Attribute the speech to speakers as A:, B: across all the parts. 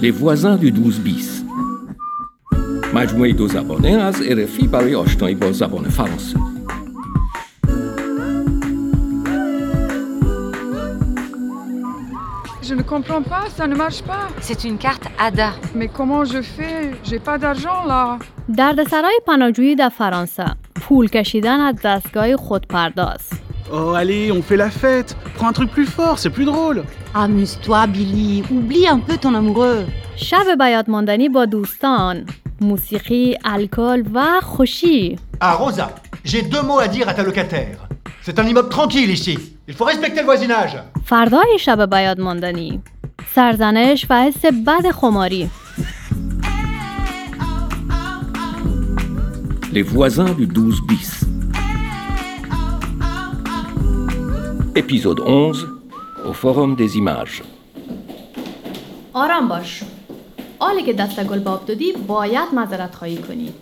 A: les voisins du 12 بیست مجموعه دو زبانه از RFI برای آشنایی با زبان فرانسه
B: Je ne comprends pas, ça ne marche pas.
C: C'est une carte ADA.
B: Mais comment je fais J'ai pas d'argent là.
D: دردسرای پناهجویی در فرانسه پول کشیدن از دستگاه خودپرداز
E: Oh allez, on fait la fête Prends un truc plus fort, c'est plus drôle
F: Amuse-toi, Billy. Oublie un peu ton amoureux.
D: شب بیاد ماندنی با دوستان موسیقی، الکل و خوشی
G: Ah, Rosa, j'ai deux mots à dire à ta locataire. C'est un immeuble tranquille ici. Il faut respecter le voisinage.
D: فردای شب بیاد ماندنی سرزنش و حس بد خماری
A: Les voisins du 12 bis. Épisode 11 au Forum des images.
D: آرام باش آلی که دست گل باب دادی باید مذارت خواهی کنی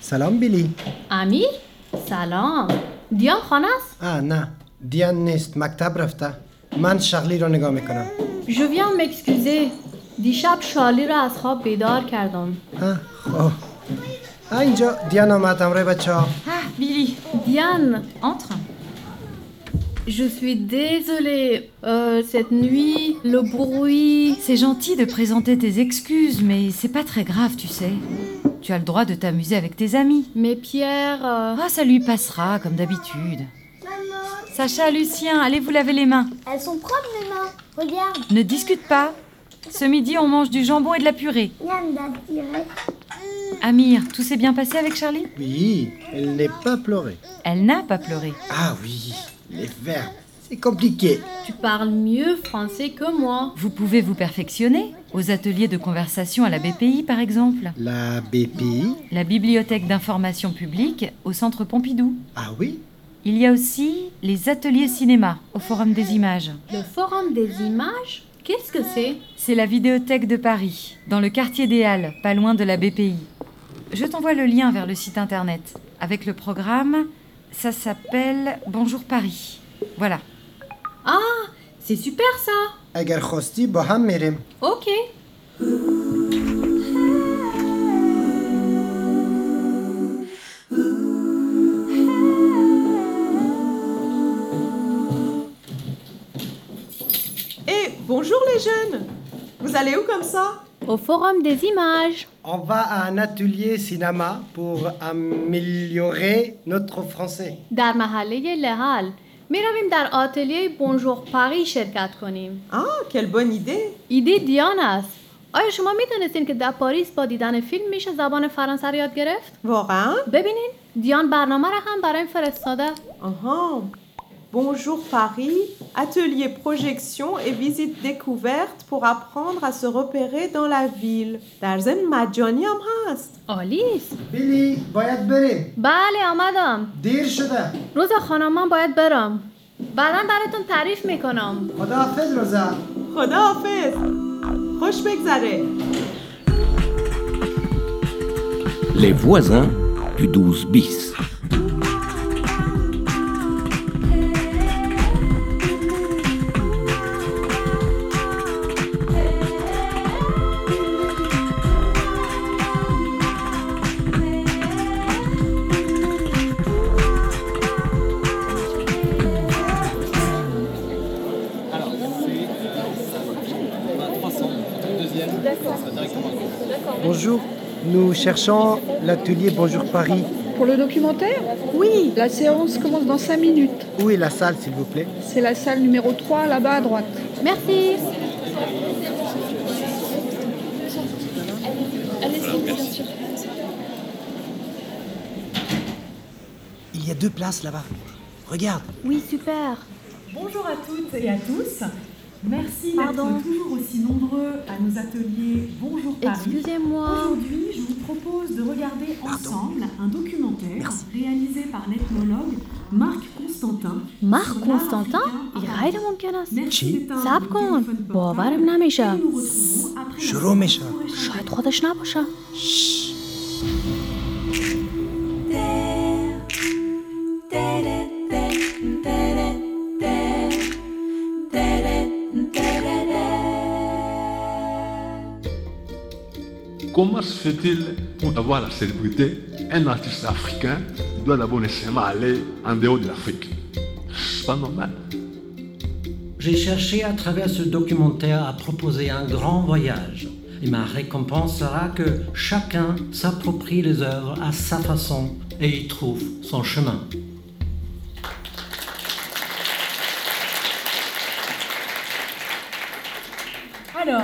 H: سلام بیلی
D: امیر سلام دیان خانه است
H: آه نه دیان نیست مکتب رفته من شغلی را نگاه میکنم
D: ژوویان مکسکوزه دیشب شالی را از خواب بیدار کردم
H: آه خب آه اینجا دیان آمد امره بچه ها
C: Ah, Billy,
D: Diane,
C: entre.
D: je suis désolée. Euh, cette nuit, le bruit.
F: C'est gentil de présenter tes excuses, mais c'est pas très grave, tu sais. Tu as le droit de t'amuser avec tes amis.
D: Mais Pierre. euh,
F: Ah, ça lui passera, comme d'habitude. Sacha, Lucien, allez vous laver les mains.
I: Elles sont propres mes mains. Regarde,
F: Ne discute pas. Ce midi, on mange du jambon et de la purée.
I: Yann l'a tiré.
F: Amir, tout s'est bien passé avec Charlie
H: Oui, elle n'est pas pleurée.
F: Elle n'a pas pleuré.
H: Ah oui, les verbes, c'est compliqué.
D: Tu parles mieux français que moi.
F: Vous pouvez vous perfectionner aux ateliers de conversation à la BPI, par exemple.
H: La BPI
F: La bibliothèque d'information publique au centre Pompidou.
H: Ah oui
F: Il y a aussi les ateliers cinéma au Forum des images.
D: Le forum des images, qu'est-ce que c'est
F: C'est la vidéothèque de Paris, dans le quartier des Halles, pas loin de la BPI. Je t'envoie le lien vers le site internet. Avec le programme, ça s'appelle Bonjour Paris. Voilà.
D: C'est super ça.
H: اگر خواستی با هم میریم
D: Ok.
J: Eh, bonjour les jeunes Vous allez où comme ça
D: Au forum des images.
H: On va à un atelier cinéma pour améliorer notre français.
D: در محله لحل. می رویم در آتلیه بونجور پاری شرکت کنیم.
J: Ah, quelle bonne idée
D: ایده دیان است. آیا شما میدانستین که در پاریس با دیدن فیلم میشه زبان فرانسه رو یاد گرفت؟
J: Vorin
D: ببینین دیان برنامه را هم برایم فرستاده
J: Uhum. uh-huh. Bonjour Paris, atelier projection et visite découverte pour apprendre à se repérer dans la ville. Dans une majani am hast.
D: عالی است
H: بیلی باید بریم
D: بله آمدم
H: دیر شده
D: روز خانم من باید برم بعدا براتون تعریف میکنم
H: خداحافظ روزا
J: Khoda hafiz. Khosh begzare.
A: Les voisins du 12 bis.
H: Bonjour, nous cherchons l'atelier Bonjour Paris.
K: Pour le documentaire Oui. La séance commence dans 5 minutes.
H: Où est la salle, s'il vous plaît
K: C'est la salle numéro 3 là-bas à droite.
D: مرسی
H: Il y a deux places là-bas. Regarde.
D: Oui, super.
L: Bonjour à toutes et à tous. Merci d'être toujours aussi nombreux à nos ateliers Bonjour Paris.
D: Excusez-moi.
L: Aujourd'hui, je vous propose de regarder ensemble un documentaire réalisé par l'ethnologue Marc Constantin.
D: Marc Constantin این غیر ممکن است
L: Merci d'être un
D: صبر کن باورم نمیشه
H: شروع میشه.
D: شاید خودش نباشه
M: Comment se fait-il pour avoir la célébrité, un artiste africain doit d'abord nécessairement aller en dehors de l'Afrique C'est pas normal.
N: J'ai cherché à travers ce documentaire à proposer un grand voyage. Et ma récompense sera que chacun s'approprie les œuvres à sa façon et y trouve son chemin.
L: Alors,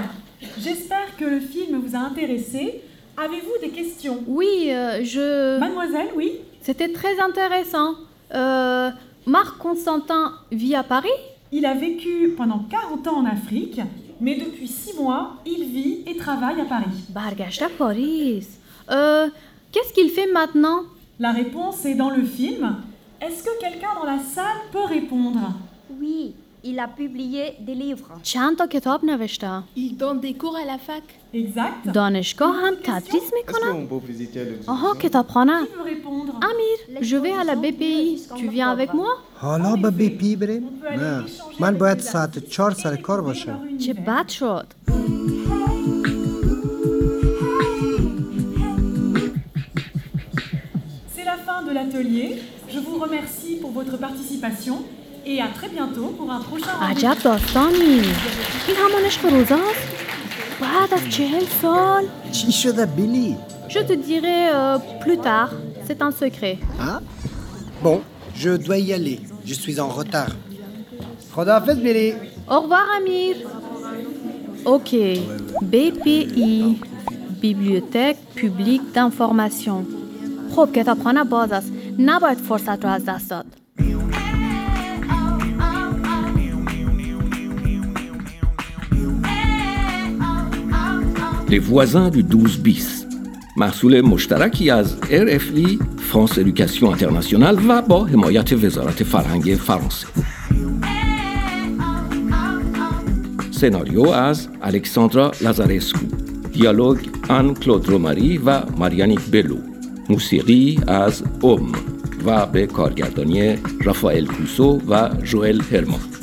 L: j'espère que le film vous a intéressé. Avez-vous des questions
D: Oui, euh, je...
L: Mademoiselle, oui
D: C'était très intéressant. Euh, Marc Constantin vit à Paris
L: Il a vécu pendant 40 ans en Afrique, mais depuis 6 mois, il vit et travaille à Paris.
D: Bargashta Paris. Euh, qu'est-ce qu'il fait maintenant
L: La réponse est dans le film. Est-ce que quelqu'un dans la salle peut répondre
O: Oui, il a publié des livres.
D: چند کتاب نوشته؟
O: Il donne des cours à la fac.
L: Exact.
D: دانشگاه هم تدریس میکنم؟ آها کتابخانه. امیر، je vais à la BPI. Tu viens avec moi?
P: حالا به بی پی بریم؟ نه من باید ساعت چهار سر کار باشم
D: چه بد شد.
L: C'est la fin de l'atelier. Je vous remercie pour votre participation et à très bientôt pour un prochain
D: عجب داستانی. این همانش فروزاست؟ بعد از چهل سال؟
P: چی شده بیلی؟
D: Je te dirai euh, plus tard. C'est un secret.
P: Hein Bon, je dois y aller. Je suis en retard.
H: Rodafez Billy.
D: Au revoir, Amir. Ok. BPI. Bibliothèque publique d'information. خب کتابخانه باز است نباید فرصت رو از دست داد
A: Les voisins du 12 bis. محصول مشترکی از RFI فرانس ادوکاسیون اینترنشنال و با حمایت وزارت فرهنگ فرانسه سناریو از الکساندرا لازارسکو دیالوگ آن کلود روماری و ماریانی بلو موسیقی از اوم و به کارگردانی رافائل کوسو و جوئل هرمان